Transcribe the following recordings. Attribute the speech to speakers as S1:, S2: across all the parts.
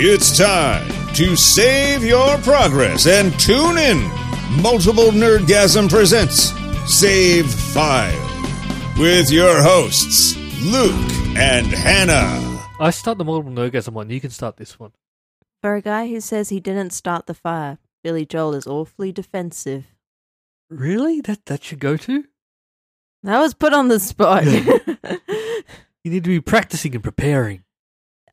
S1: It's time to save your progress and tune in. Multiple Nerdgasm presents Save File with your hosts, Luke and Hannah.
S2: I start the multiple nerdgasm one. You can start this one.
S3: For a guy who says he didn't start the fire, Billy Joel is awfully defensive.
S2: Really? That that should go to?
S3: That was put on the spot.
S2: You need to be practicing and preparing.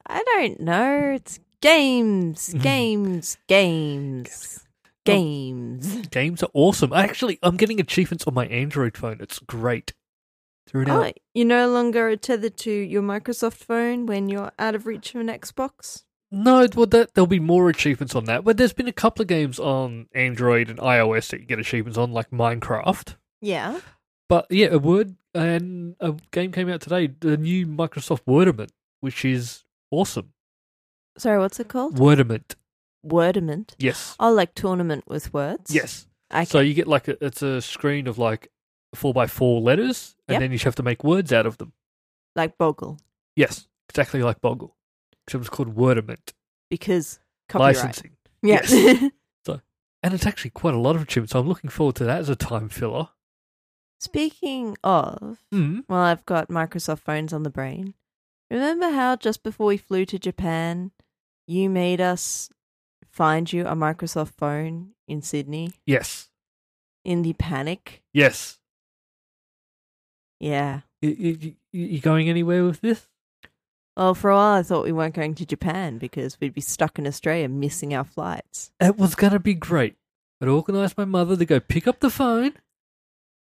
S3: I don't know. It's games, games, games, games.
S2: Games are awesome. Actually, I'm getting achievements on my Android phone. It's great. Through it
S3: Oh,
S2: out.
S3: you're no longer are tethered to your Microsoft phone when you're out of reach of an Xbox.
S2: No, well, that, there'll be more achievements on that. But there's been a couple of games on Android and iOS that you get achievements on, like Minecraft.
S3: Yeah.
S2: But yeah, a word and a game came out today, the new Microsoft Wordament, which is awesome.
S3: Sorry, what's it called?
S2: Wordament,
S3: Wordament.
S2: yes,
S3: Oh, like tournament with words.
S2: yes.
S3: Okay.
S2: So you get like a, it's a screen of like four by four letters, and
S3: Yep.
S2: then you have to make words out of them.
S3: like Bogle
S2: Yes, exactly like Boggle, except it's called Wordament
S3: because copyright.
S2: licensing,
S3: Yeah.
S2: Yes. and it's actually quite a lot of achievements. So I'm looking forward to that as a time filler.
S3: Speaking of,
S2: Mm.
S3: Well, I've got Microsoft phones on the brain. Remember how just before we flew to Japan, you made us find you a Microsoft phone in Sydney
S2: Yes,
S3: in the panic?
S2: yes.
S3: Yeah.
S2: You, you, you going anywhere with this?
S3: Well, for a while I thought we weren't going to Japan because we'd be stuck in Australia missing our flights.
S2: It was gonna be great. I'd organised my mother to go pick up the phone,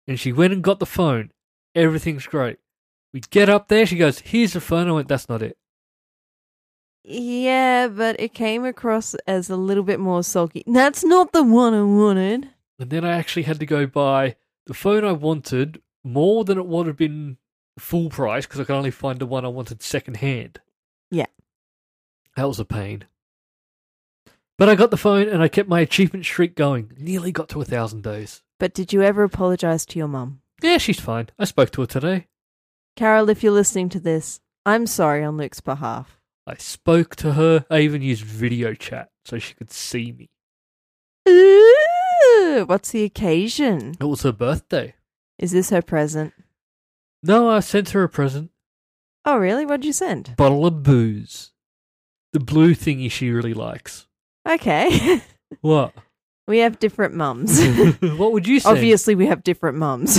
S2: and she went and got the phone. Everything's great. We get up there. She goes, "Here's the phone." I went, "That's not it."
S3: Yeah, but it came across as a little bit more sulky. That's not the one I wanted.
S2: And then I actually had to go buy the phone I wanted more than it would have been full price because I could only find the one I wanted secondhand.
S3: Yeah.
S2: That was a pain. But I got the phone and I kept my achievement streak going. Nearly got to a thousand days.
S3: But did you ever apologize to your mum?
S2: Yeah, she's fine. I spoke to her today.
S3: Carol, if you're listening to this, I'm sorry on Luke's behalf.
S2: I spoke to her. I even used video chat so she could see me.
S3: Ooh, what's the occasion?
S2: It was her birthday.
S3: Is this her present?
S2: No, I sent her a present.
S3: Oh, really? What'd you send?
S2: Bottle of booze. The blue thingy she really likes.
S3: Okay.
S2: What?
S3: we have different mums.
S2: what would you send?
S3: Obviously, we have different mums.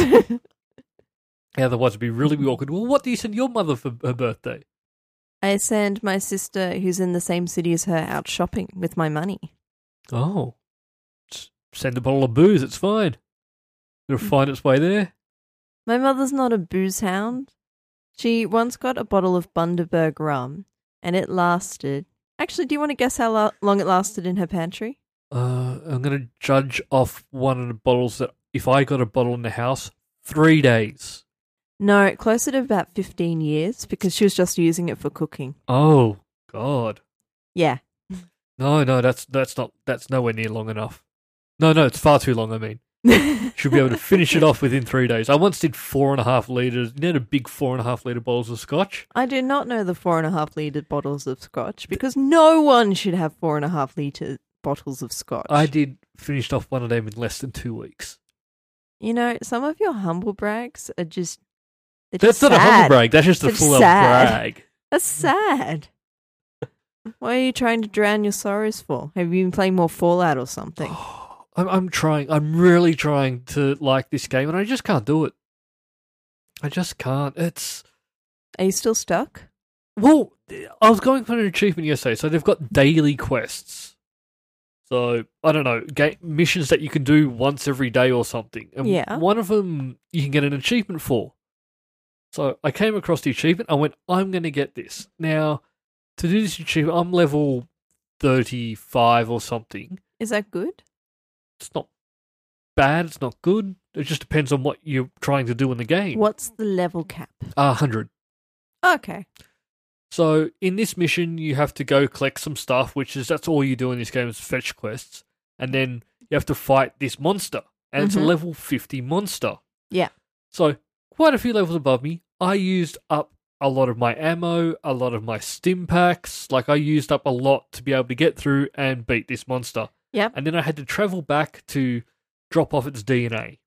S2: Otherwise, it'd be really awkward. Well, what do you send your mother for her birthday?
S3: I send my sister, who's in the same city as her, out shopping with my money.
S2: Oh, S- send a bottle of booze. It's fine. It'll find its way there.
S3: My mother's not a booze hound. She once got a bottle of Bundaberg rum, and it lasted. Actually, do you want to guess how lo- long it lasted in her pantry?
S2: Uh, I'm gonna judge off one of the bottles that if I got a bottle in the house, three days.
S3: No, closer to about 15 years because she was just using it for cooking.
S2: Oh God,
S3: Yeah.
S2: no, no, that's that's not that's nowhere near long enough. No, no, it's far too long. I mean, should be able to finish it off within three days. I once did four and a half liters. You know the big four and a half liter bottles of scotch.
S3: I do not know the four and a half litre bottles of scotch because no one should have four and a half litre bottles of scotch.
S2: I did finished off one of them in less than two weeks.
S3: You know, some of your humble brags are just. they're
S2: That's
S3: just
S2: not a
S3: sad.
S2: humble brag. That's just a
S3: It's
S2: full out
S3: sad.
S2: brag.
S3: That's sad. What are you trying to drown your sorrows for? Have you been playing more Fallout or something?
S2: I'm, I'm trying. I'm really trying to like this game, and I just can't do it. I just can't. It's
S3: Are you still stuck?
S2: well. I was going for an achievement yesterday, so they've got daily quests. So I don't know ga- missions that you can do once every day or something. And
S3: Yeah.
S2: One of them you can get an achievement for. So I came across the achievement. I went, I'm going to get this now. To do this achievement, I'm level thirty-five or something.
S3: Is that good?
S2: it's not bad, it's not good. It just depends on what you're trying to do in the game.
S3: What's the level cap?
S2: Uh, 100.
S3: Okay.
S2: So in this mission, you have to go collect some stuff, which is that's all you do in this game is fetch quests, and then you have to fight this monster, and it's a
S3: Mhm.
S2: level 50 monster.
S3: Yeah.
S2: So quite a few levels above me, I used up a lot of my ammo, a lot of my stim packs. Like I used up a lot to be able to get through and beat this monster.
S3: Yep.
S2: And then I had to travel back to drop off its DNA.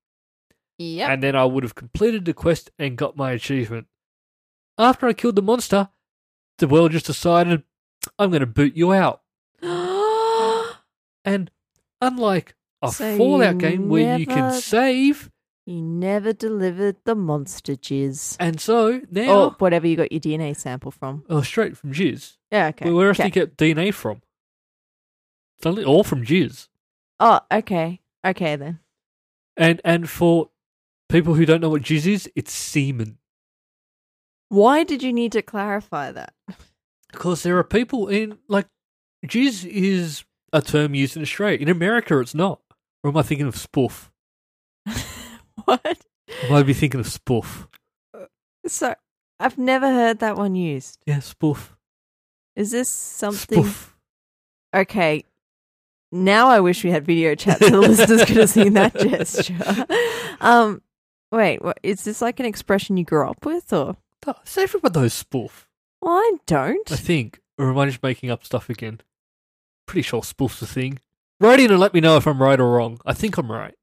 S3: Yep.
S2: And then I would have completed the quest and got my achievement. After I killed the monster, the world just decided, I'm going to boot you out. And unlike a
S3: So you
S2: Fallout game where you can
S3: never-
S2: save,
S3: you never delivered the monster jizz.
S2: and so now.
S3: Or
S2: Oh,
S3: whatever you got your DNA sample from.
S2: straight from Jizz.
S3: Yeah, okay.
S2: Where- Where else
S3: okay.
S2: do you get DNA from? It's only all from Jizz.
S3: Oh, okay. Okay then.
S2: And and for people who don't know what jizz is, it's semen.
S3: Why did you need to clarify that?
S2: Because there are people in like jizz is a term used in Australia. In America, it's not. Or am I thinking of spoof?
S3: What?
S2: I might be thinking of spoof.
S3: So I've never heard that one used.
S2: Yeah, spoof.
S3: Is this something
S2: Spoof.
S3: Okay. Now I wish we had video chat so the listeners could have seen that gesture. Um, wait, what, is this like an expression you grew up with, or
S2: No, so everyone knows spoof.
S3: well, I
S2: I
S3: don't.
S2: think. Or am I just making up stuff again? Pretty sure spoof's a thing. Write in and let me know if I'm right or wrong. I think I'm right.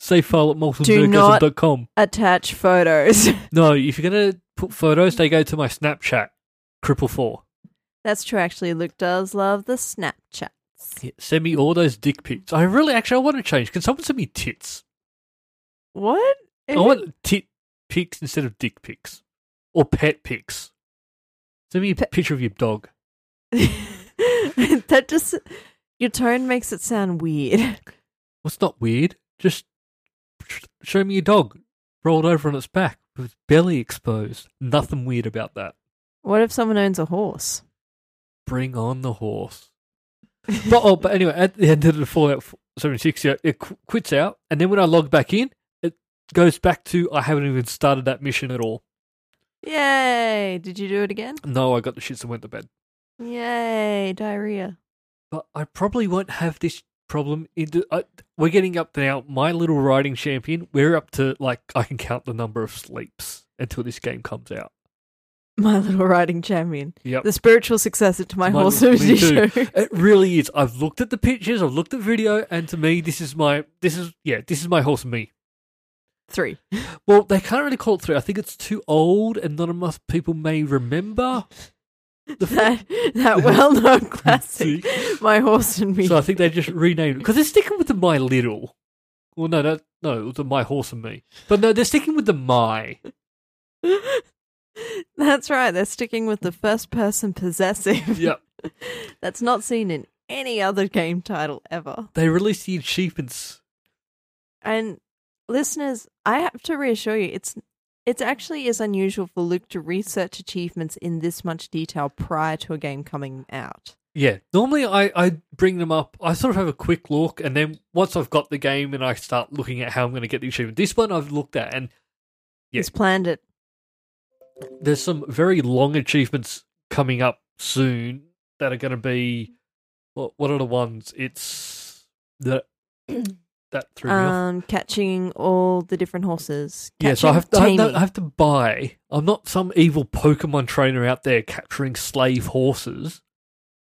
S2: Save file at
S3: not-
S2: multiple.com.
S3: Attach photos.
S2: No, if you're gonna put photos, they go to my Snapchat, Cripple Four.
S3: That's true. Actually, Luke does love the Snapchats.
S2: Yeah, send me all those dick pics. I really, actually, I want to change. Can someone send me tits?
S3: What?
S2: I want tit pics instead of dick pics or pet pics. Send me a
S3: Pe-
S2: picture of your dog.
S3: that just your tone makes it sound weird.
S2: What's not weird? Just sh- show me your dog rolled over on its back with its belly exposed. Nothing weird about that.
S3: What if someone owns a horse?
S2: Bring on the horse. but oh, but anyway, at the end of the Fallout 76, yeah, it qu- quits out, and then when I log back in, it goes back to I haven't even started that mission at all.
S3: Yay! Did you do it again?
S2: No, I got the shits and went to bed.
S3: Yay! Diarrhea.
S2: But I probably won't have this problem. In the, I, we're getting up now. My little riding champion, we're up to like I can count the number of sleeps until this game comes out.
S3: My little riding champion.
S2: Yep.
S3: the spiritual successor to my
S2: Mine
S3: whole
S2: was- me
S3: Serenity
S2: too.
S3: show.
S2: It really is. I've looked at the pictures, I've looked at video, and to me, this is my this is yeah, this is my horse me.
S3: Three.
S2: Well, they can't really call it three. I think it's too old, and not enough people may remember. The f-
S3: That, that well known classic,
S2: See?
S3: My Horse and Me.
S2: so I think they just renamed it because they're sticking with the My Little. Well, no, that no, it was the My Horse and Me. But no, they're sticking with the My.
S3: That's right, they're sticking with the first person possessive.
S2: Yep.
S3: That's not seen in any other game title ever.
S2: They released the achievements.
S3: And listeners, I have to reassure you, it's it actually is unusual for Luke to research achievements in this much detail prior to a game coming out.
S2: Yeah, normally I, I bring them up. I sort of have a quick look, and then once I've got the game and I start looking at how I'm going to get the achievement. This one I've looked at, and Yeah.
S3: He's planned it.
S2: there's some very long achievements coming up soon that are going to be what, what are the ones it's the that threw me off
S3: Um, catching all the different horses.
S2: yeah so I have,
S3: Catching
S2: to, I, have to,
S3: taming.
S2: I have to buy i'm not some evil pokemon trainer out there capturing slave horses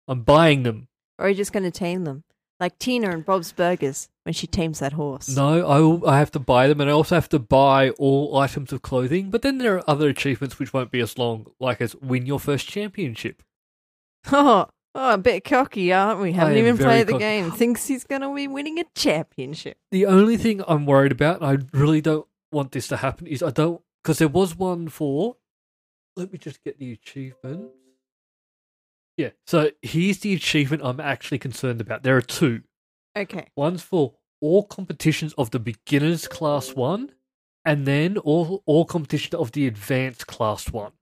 S2: i'm buying them
S3: Or are you just going to tame them? Like Tina and Bob's Burgers when she tames that horse.
S2: no I, will- I have to buy them and i also have to buy all items of clothing but then there are other achievements which won't be as long like as win your first championship
S3: Oh, oh, a bit cocky, aren't we? Haven't
S2: am
S3: even
S2: very
S3: played the
S2: cocky.
S3: game. Thinks he's going to be winning a championship.
S2: the only thing I'm worried about, and I really don't want this to happen, is I don't because there was one for. Let me just get the achievement. Yeah, so here's the achievement I'm actually concerned about. There are two.
S3: Okay.
S2: One's for all competitions of the beginners class one, and then all all competition of the advanced class one.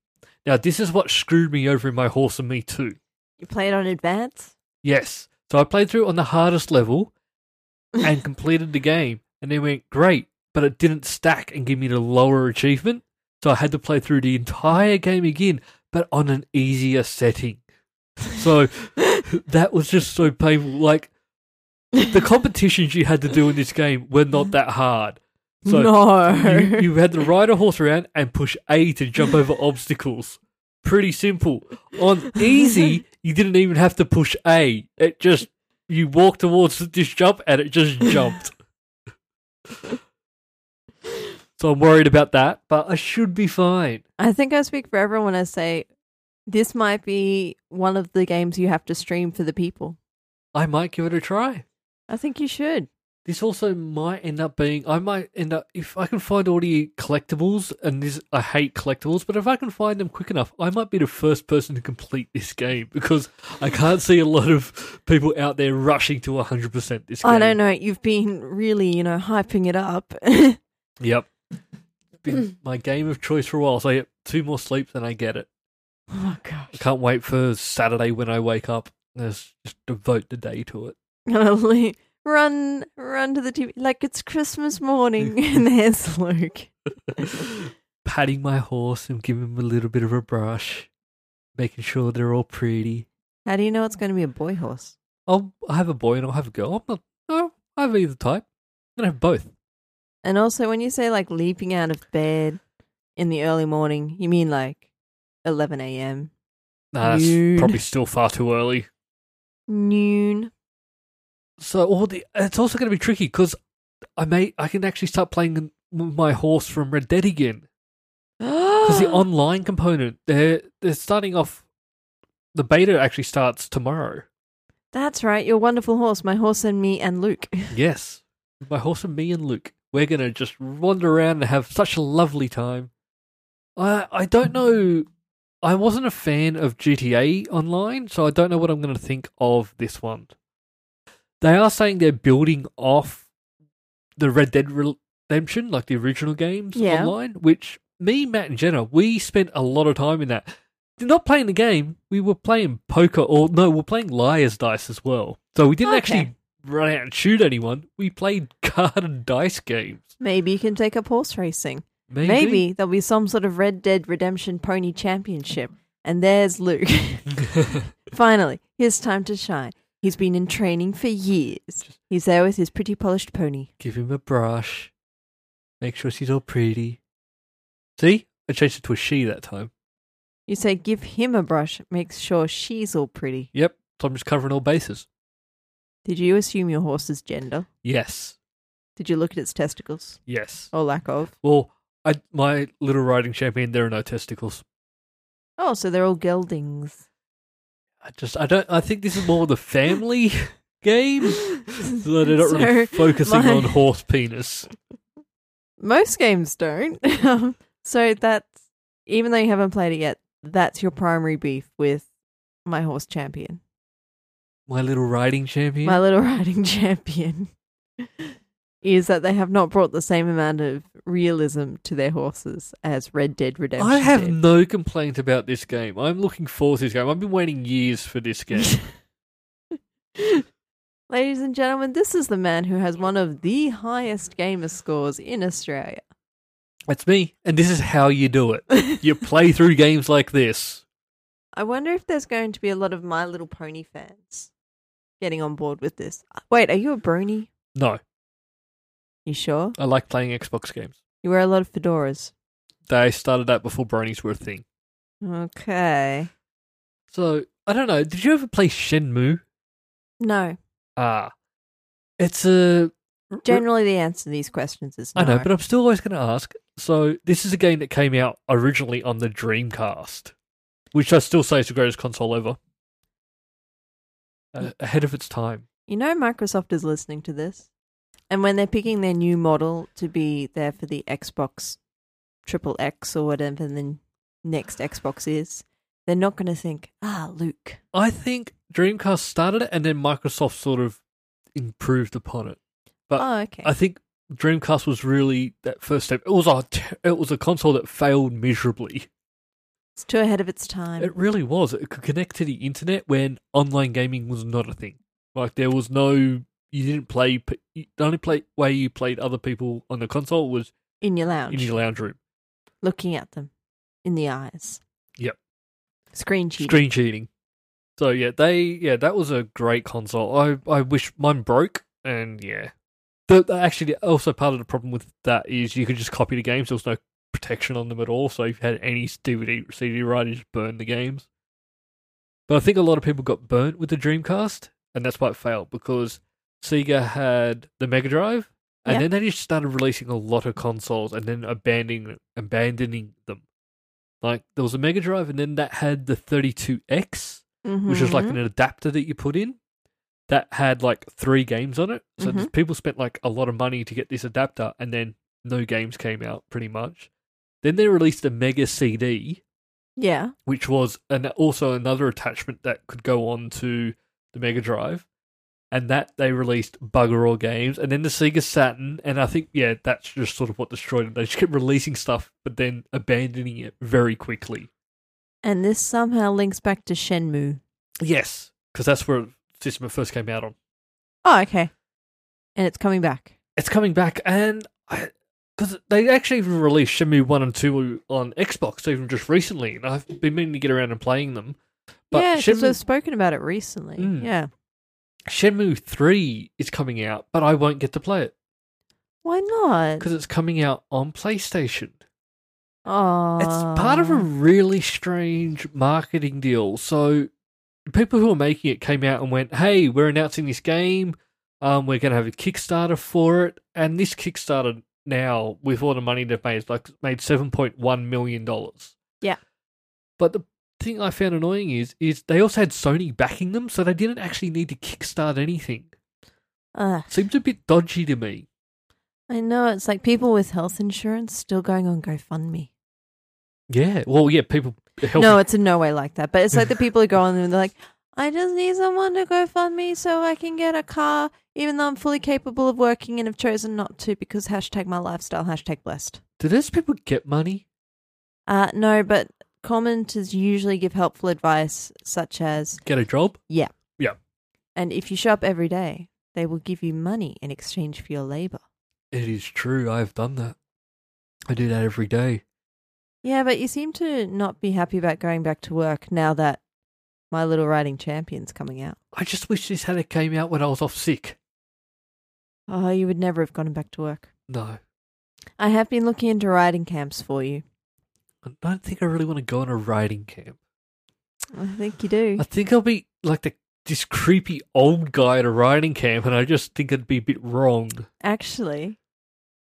S2: Now this is what screwed me over in my horse and me too.
S3: You played on advance?
S2: Yes. So I played through on the hardest level and completed the game and then went great, but it didn't stack and give me the lower achievement. So I had to play through the entire game again, but on an easier setting. So that was just so painful. Like the competitions you had to do in this game were not that hard. So
S3: no.
S2: you, you had to ride a horse around and push A to jump over obstacles. Pretty simple. On easy, you didn't even have to push A. It just you walked towards this jump and it just jumped. so I'm worried about that, but I should be fine.
S3: I think I speak for everyone when I say this might be one of the games you have to stream for the people.
S2: I might give it a try.
S3: I think you should.
S2: This also might end up being I might end up if I can find all the collectibles and this I hate collectibles, but if I can find them quick enough, I might be the first person to complete this game because I can't see a lot of people out there rushing to 100% this game.
S3: I don't know. You've been really, you know, hyping it up.
S2: Yep. It's been my game of choice for a while, so I get two more sleeps and I get it.
S3: oh
S2: I
S3: gosh.
S2: can't wait for Saturday when I wake up. Let's just devote the day to it.
S3: Lovely. Run, run to the TV like it's Christmas morning, and there's Luke.
S2: Patting my horse and giving him a little bit of a brush, making sure they're all pretty.
S3: How do you know it's going to be a boy horse?
S2: I'll I have a boy and I'll have a girl. I'm not. No, I have either type. I'm gonna have both.
S3: And also, when you say like leaping out of bed in the early morning, you mean like 11 a.m.
S2: Nah, that's
S3: Noon.
S2: probably still far too early.
S3: noon?
S2: So all the it's also gonna be tricky because I may I can actually start playing with my horse from Red Dead again. Because the online component, they're they're starting off. The beta actually starts tomorrow.
S3: That's right, your wonderful horse, my horse and me and Luke.
S2: Yes, my horse and me and Luke, we're gonna just wander around and have such a lovely time. I I don't know. I wasn't a fan of GTA Online, so I don't know what I'm gonna think of this one. They are saying they're building off the Red Dead Redemption, like the original games
S3: Yeah.
S2: online, which me, Matt, and Jenna, we spent a lot of time in that. Not playing the game, we were playing poker, or no, we we're playing liar's dice as well. So we didn't
S3: Okay.
S2: actually run out and shoot anyone. We played card and dice games.
S3: Maybe you can take up horse racing.
S2: Maybe.
S3: Maybe. there'll be some sort of Red Dead Redemption Pony Championship. And there's Luke. Finally, his time to shine. He's been in training for years. He's there with his pretty polished pony.
S2: Give him a brush. Make sure she's all pretty. See? I changed it to a she that time.
S3: You say give him a brush, make sure she's all pretty.
S2: Yep. So I'm just covering all bases.
S3: Did you assume your horse's gender?
S2: Yes.
S3: Did you look at its testicles?
S2: Yes.
S3: Or lack of?
S2: Well, I, my little riding champion, there are no testicles.
S3: Oh, so they're all geldings.
S2: I just, I don't, I think this is more of the family game. So they're not really
S3: So,
S2: focusing
S3: my-
S2: on horse penis.
S3: Most games don't. Um, so that's, even though you haven't played it yet, that's your primary beef with my horse champion,
S2: My little riding champion.
S3: my little riding champion, is that they have not brought the same amount of realism to their horses as Red Dead Redemption.
S2: I have
S3: did.
S2: no complaint about this game. I'm looking forward to this game. I've been waiting years for this game.
S3: Ladies and gentlemen, this is the man who has one of the highest gamer scores in Australia.
S2: That's me. And this is how you do it. You play through games like this.
S3: I wonder if there's going to be a lot of My Little Pony fans getting on board with this. Uh, Wait, are you a brony?
S2: No,
S3: You sure?
S2: I like playing Xbox games.
S3: You wear a lot of fedoras.
S2: They started that before bronies were a thing.
S3: Okay.
S2: So, I don't know. Did you ever play Shenmue?
S3: No.
S2: Ah. It's a.
S3: Generally, the answer to these questions is no.
S2: I know, but uh, I'm still always going to ask. So, this is a game that came out originally on the Dreamcast, which I still say is the greatest console ever. Uh, ahead of its time.
S3: you know, Microsoft is listening to this. And when they're picking their new model to be there for the Xbox Triple X or whatever the next Xbox is, they're not going to think, ah, Luke.
S2: I think Dreamcast started it and then Microsoft sort of improved upon it. But
S3: oh, okay.
S2: I think Dreamcast was really that first step. It was a t- it was a console that failed miserably.
S3: it's too ahead of its time.
S2: It really was. It could connect to the internet when online gaming was not a thing. Like there was no you didn't play p- you- the only play way you played other people on the console was
S3: in your lounge,
S2: in your lounge room.
S3: looking at them in the eyes.
S2: Yep.
S3: Screen cheating.
S2: Screen cheating. So yeah, they yeah, that was a great console. I I wish mine broke and yeah. The, the- actually, also part of the problem with that is you could just copy the games. There was no protection on them at all. So if you had any DVD CD right, you just burned the games. But I think a lot of people got burnt with the Dreamcast, and that's why it failed because Sega had the Mega Drive, and
S3: Yeah.
S2: then they just started releasing a lot of consoles and then abandoning abandoning them. Like there was a Mega Drive, and then that had the 32X,
S3: Mm-hmm,
S2: which was like an adapter that you put in that had like three games on it. So just- people spent like a lot of money to get this adapter, and then no games came out pretty much. Then they released a mega CD,
S3: yeah,
S2: which was an, also another attachment that could go on to the Mega Drive. And that they released bugger all games, and then the Sega Saturn, and I think yeah, that's just sort of what destroyed it. They just kept releasing stuff, but then abandoning it very quickly.
S3: and this somehow links back to Shenmue.
S2: Yes, because that's where System first came out on.
S3: Oh, okay, and it's coming back.
S2: it's coming back, and because they actually even released Shenmue One and Two on Xbox even just recently, and I've been meaning to get around and playing them. But
S3: yeah, because we've
S2: Shenmue,
S3: spoken about it recently.
S2: Mm.
S3: Yeah,
S2: Shenmue Three is coming out, but I won't get to play it
S3: why not?
S2: because it's coming out on PlayStation.
S3: Oh,
S2: It's part of a really strange marketing deal. So, people who are making it came out and went, "Hey, we're announcing this game. Um, we're going to have a Kickstarter for it." And this Kickstarter now, with all the money they've made, it's like made seven point one million dollars.
S3: Yeah.
S2: But the thing I found annoying is, is they also had Sony backing them, so they didn't actually need to kickstart anything.
S3: Ugh.
S2: Seems a bit dodgy to me.
S3: I know it's like people with health insurance still going on GoFundMe.
S2: Yeah. Well, yeah. People. Health
S3: No, it's in no way like that. But it's like the people who go on and they're like, I just need someone to go fund me so I can get a car, even though I'm fully capable of working and have chosen not to because hashtag my lifestyle, hashtag blessed.
S2: do those people get money?
S3: Uh, no, but commenters usually give helpful advice such as,
S2: Get a job?
S3: yeah.
S2: Yeah.
S3: And if you shop every day, they will give you money in exchange for your labor.
S2: It is true. I've done that. I do that every day.
S3: Yeah, but you seem to not be happy about going back to work now that My Little Writing Champion's coming out.
S2: I just wish this had it came out when I was off sick.
S3: Oh, you would never have gone back to work.
S2: No,
S3: I have been looking into riding camps for you.
S2: I don't think I really want to go on a riding camp.
S3: I think you do.
S2: I think I'll be like the this creepy old guy at a riding camp, and I just think I'd be a bit wrong.
S3: Actually,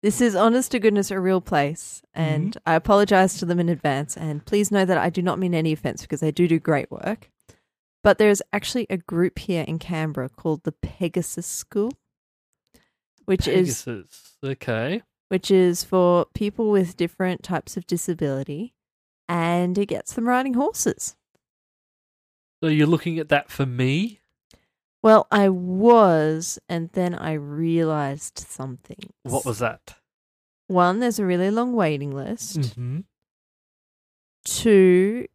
S3: this is honest to goodness a real place, and I apologize to them in advance. And please know that I do not mean any offense because they do do great work. But there is actually a group here in Canberra called the Pegasus School, which is
S2: Pegasus. Okay.
S3: which is for people with different types of disability, and it gets them riding horses.
S2: So you're looking at that for me?
S3: Well, I was, and then I realized something.
S2: What was that?
S3: one? There's a really long waiting list.
S2: Mm-hmm.
S3: Two,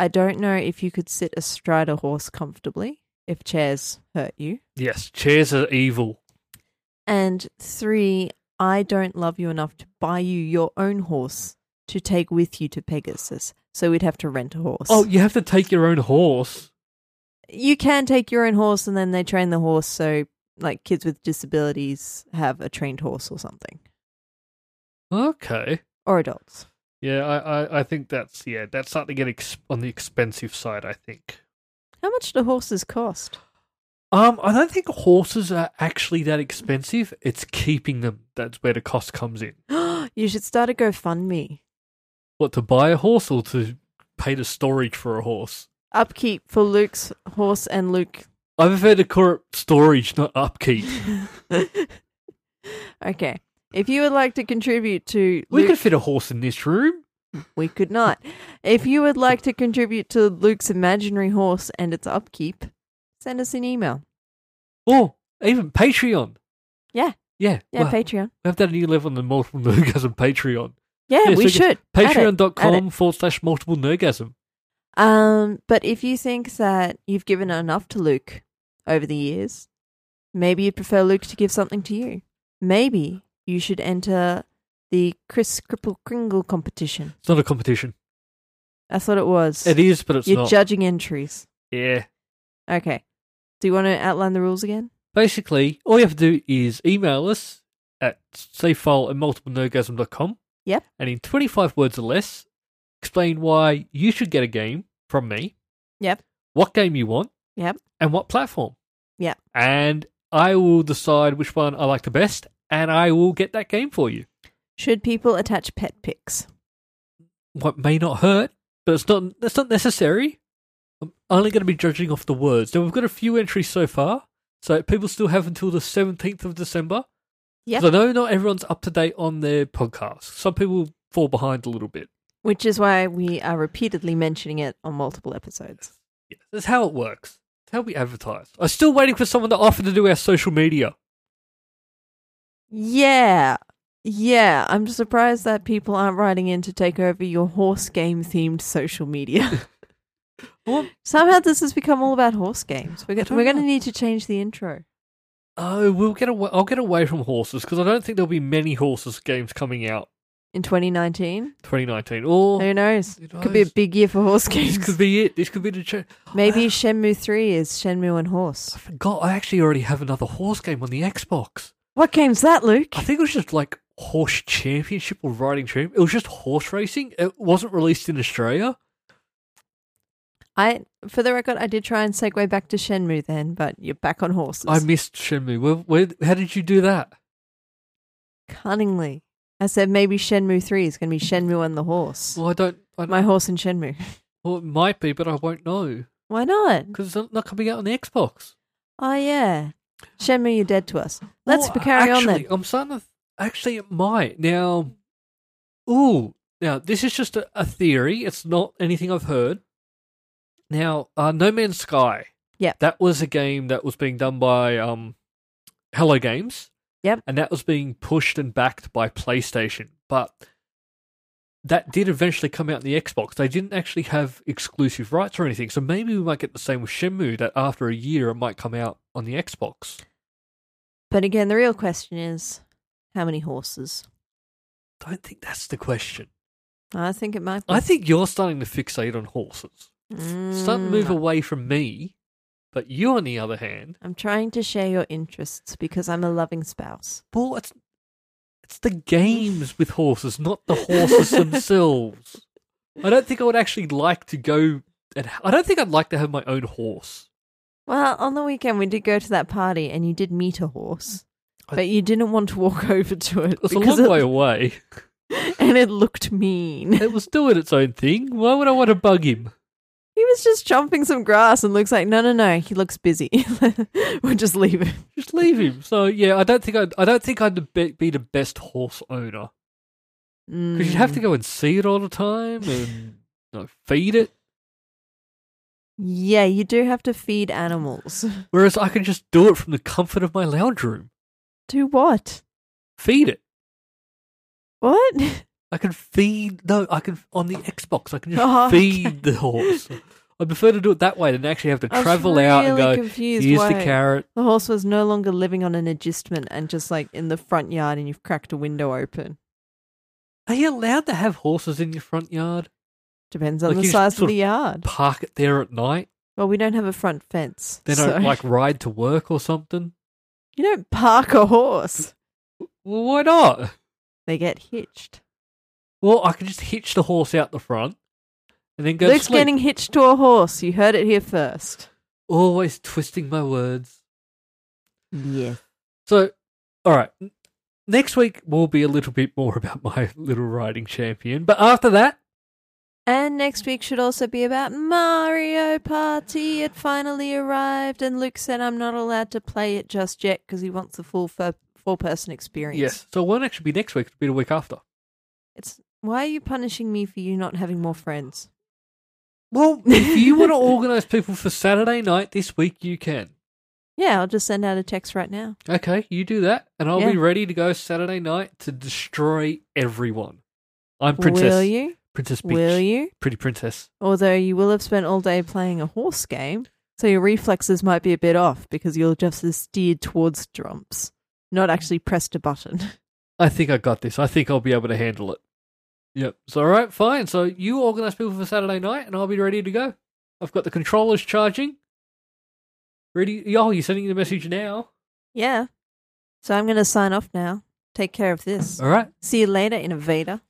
S3: I don't know if you could sit astride a horse comfortably if chairs hurt you.
S2: Yes, chairs are evil.
S3: And three, I don't love you enough to buy you your own horse to take with you to Pegasus. So we'd have to rent a horse.
S2: Oh, you have to take your own horse.
S3: you can take your own horse, and then they train the horse so like kids with disabilities have a trained horse or something,
S2: Okay.
S3: or adults.
S2: Yeah, I, I, I think that's yeah, that's starting to get ex- on the expensive side. I think.
S3: How much do horses cost?
S2: Um, I don't think horses are actually that expensive. It's keeping them that's where the cost comes in.
S3: you should start a GoFundMe.
S2: What to buy a horse or to pay the storage for a horse?
S3: Upkeep for Luke's horse and Luke.
S2: I prefer to call it storage, not upkeep.
S3: okay. If you would like to contribute to
S2: We
S3: Luke-
S2: could fit a horse in this room.
S3: we could not. If you would like to contribute to Luke's imaginary horse and its upkeep, send us an email.
S2: Or even Patreon.
S3: Yeah.
S2: Yeah.
S3: Yeah,
S2: well,
S3: Patreon.
S2: we have that new level on the multiple nerdgasm Patreon.
S3: Yeah,
S2: Yeah,
S3: we
S2: so you
S3: should.
S2: can-
S3: Add it, add it.
S2: Patreon.com forward slash multiple nerdgasm.
S3: Um, but if you think that you've given enough to Luke over the years, maybe you'd prefer Luke to give something to you. Maybe you should enter the Chris Cripple Kringle competition.
S2: It's not a competition.
S3: I thought it was.
S2: It is, but it's
S3: You're
S2: not.
S3: judging entries.
S2: yeah.
S3: Okay. Do you want to outline the rules again?
S2: Basically, all you have to do is email us at safefile at multiplenergasm.com.
S3: Yep.
S2: And in 25 words or less, explain why you should get a game from me.
S3: Yep.
S2: What game you want.
S3: Yep.
S2: And what platform.
S3: Yep.
S2: And I will decide which one I like the best and I will get that game for you.
S3: Should people attach pet pics?
S2: What may not hurt, but it's not, it's not necessary. I'm only going to be judging off the words. Now, we've got a few entries so far. So people still have until the 17th of December.
S3: Yep.
S2: Because I know not everyone's up to date on their podcast. Some people fall behind a little bit.
S3: Which is why we are repeatedly mentioning it on multiple episodes.
S2: Yeah, that's how it works. It's how we advertise. I'm still waiting for someone to offer to do our social media.
S3: Yeah. Yeah. I'm surprised that people aren't writing in to take over your horse game themed social media.
S2: Well,
S3: Somehow this has become all about horse games. We're,
S2: I
S3: go-
S2: don't
S3: we're going to
S2: know.
S3: need to change the intro.
S2: oh, we'll get away. I'll get away from horses because I don't think there'll be many horses games coming out
S3: In 2019?
S2: 2019. Or
S3: Who knows?
S2: Who
S3: Could be a
S2: knows?
S3: big year for horse
S2: this
S3: games.
S2: could be it. This could be the. Cha-
S3: Maybe Shenmue 3 is Shenmue and Horse.
S2: I forgot. I actually already have another horse game on the Xbox.
S3: What game's that, Luke?
S2: I think it was just like horse championship or riding champ. It was just horse racing. It wasn't released in Australia.
S3: I, for the record, I did try and segue back to Shenmue then, but you're back on horses.
S2: I missed Shenmue. Where, where, how did you do that?
S3: Cunningly. I said maybe Shenmue 3 is going to be Shenmue and the Horse.
S2: Well, I don't. I,
S3: My horse and Shenmue.
S2: well, it might be, but I won't know
S3: Why not?
S2: because it's not- not coming out on the Xbox.
S3: Oh, yeah. Shenmue, you're dead to us. Let's
S2: Well,
S3: carry
S2: Oh, actually,
S3: on then.
S2: I'm starting to. Actually, it might. Now, ooh, now this is just a, a theory. It's not anything I've heard. Now, uh, No Man's Sky.
S3: Yep.
S2: That was a game that was being done by um, Hello Games.
S3: Yep.
S2: And that was being pushed and backed by PlayStation. But that did eventually come out in the Xbox. They didn't actually have exclusive rights or anything. So maybe we might get the same with Shenmue that after a year it might come out on the Xbox. oh.
S3: But again, the real question is how many horses?
S2: don't think that's the question.
S3: I think it might be.
S2: I think you're starting to fixate on horses. Starting to move
S3: Mm,
S2: away from me, but you, on the other hand,
S3: I'm trying to share your interests because I'm a loving spouse.
S2: well, it's it's the games with horses, not the horses themselves. I don't think I would actually like to go. And I don't think I'd like to have my own horse.
S3: Well, on the weekend we did go to that party and you did meet a horse.
S2: I-
S3: But you didn't want to walk over to it
S2: It was a
S3: because
S2: long
S3: it,
S2: way away.
S3: and it looked mean.
S2: It was doing its own thing. Why would I want to bug him?
S3: He was just chomping some grass and looks like, no, no, no, he looks busy. we'll just leave him.
S2: Just leave him. So yeah, I don't think I'd, I don't think I'd be be the best horse owner. Because you'd have
S3: Mm.
S2: to go and see it all the time and you know, feed it.
S3: Yeah, you do have to feed animals.
S2: Whereas I can just do it from the comfort of my lounge room.
S3: Do what?
S2: Feed it.
S3: What?
S2: I can feed. No, I can on the Xbox. I can just
S3: Oh,
S2: feed
S3: okay.
S2: the horse. I prefer to do it that way than actually have to
S3: I was
S2: travel out and
S3: really
S2: go.
S3: confused
S2: Here's the
S3: why-
S2: carrot.
S3: The horse was no longer living on an adjustment and just like in the front yard and you've cracked a window open.
S2: Are you allowed to have horses in your front yard?
S3: Depends on
S2: Like,
S3: the
S2: you just
S3: size of
S2: sort
S3: the yard.
S2: Park it there at night.
S3: Well, we don't have a front fence.
S2: They
S3: so-
S2: don't like ride to work or something.
S3: You don't park a horse.
S2: Well, why not?
S3: They get hitched.
S2: Well, I can just hitch the horse out the front and then go. to
S3: Luke's
S2: sleep.
S3: getting hitched to a horse. You heard it here first.
S2: always twisting my words.
S3: Yeah.
S2: So, all right. n- Next week will be a little bit more about my little riding champion. But after that,
S3: And next week should also be about Mario Party. It finally arrived, and Luke said I'm not allowed to play it just yet because he wants the full fir- four person experience.
S2: yes. So it won't actually be next week. It'll be the week after.
S3: It's why are you punishing me for you not having more friends?
S2: Well, if you want to organise people for Saturday night this week, you can.
S3: Yeah, I'll just send out a text right now.
S2: Okay, you do that, and I'll be
S3: Yeah.
S2: ready to go Saturday night to destroy everyone. I'm Princess.
S3: Will you?
S2: Princess Peach.
S3: Will you?
S2: Pretty Princess.
S3: Although you will have spent all day playing a horse game, so your reflexes might be a bit off because you'll just have steered towards drumps, not actually pressed a button.
S2: I think I got this. I think I'll be able to handle it. Yep. So, all right, fine. So, you organize people for Saturday night, and I'll be ready to go. I've got the controllers charging. Ready? Oh, you're sending the message now.
S3: Yeah. So I'm going to sign off now. Take care of this.
S2: All right. Uh,
S3: See you later, innovator.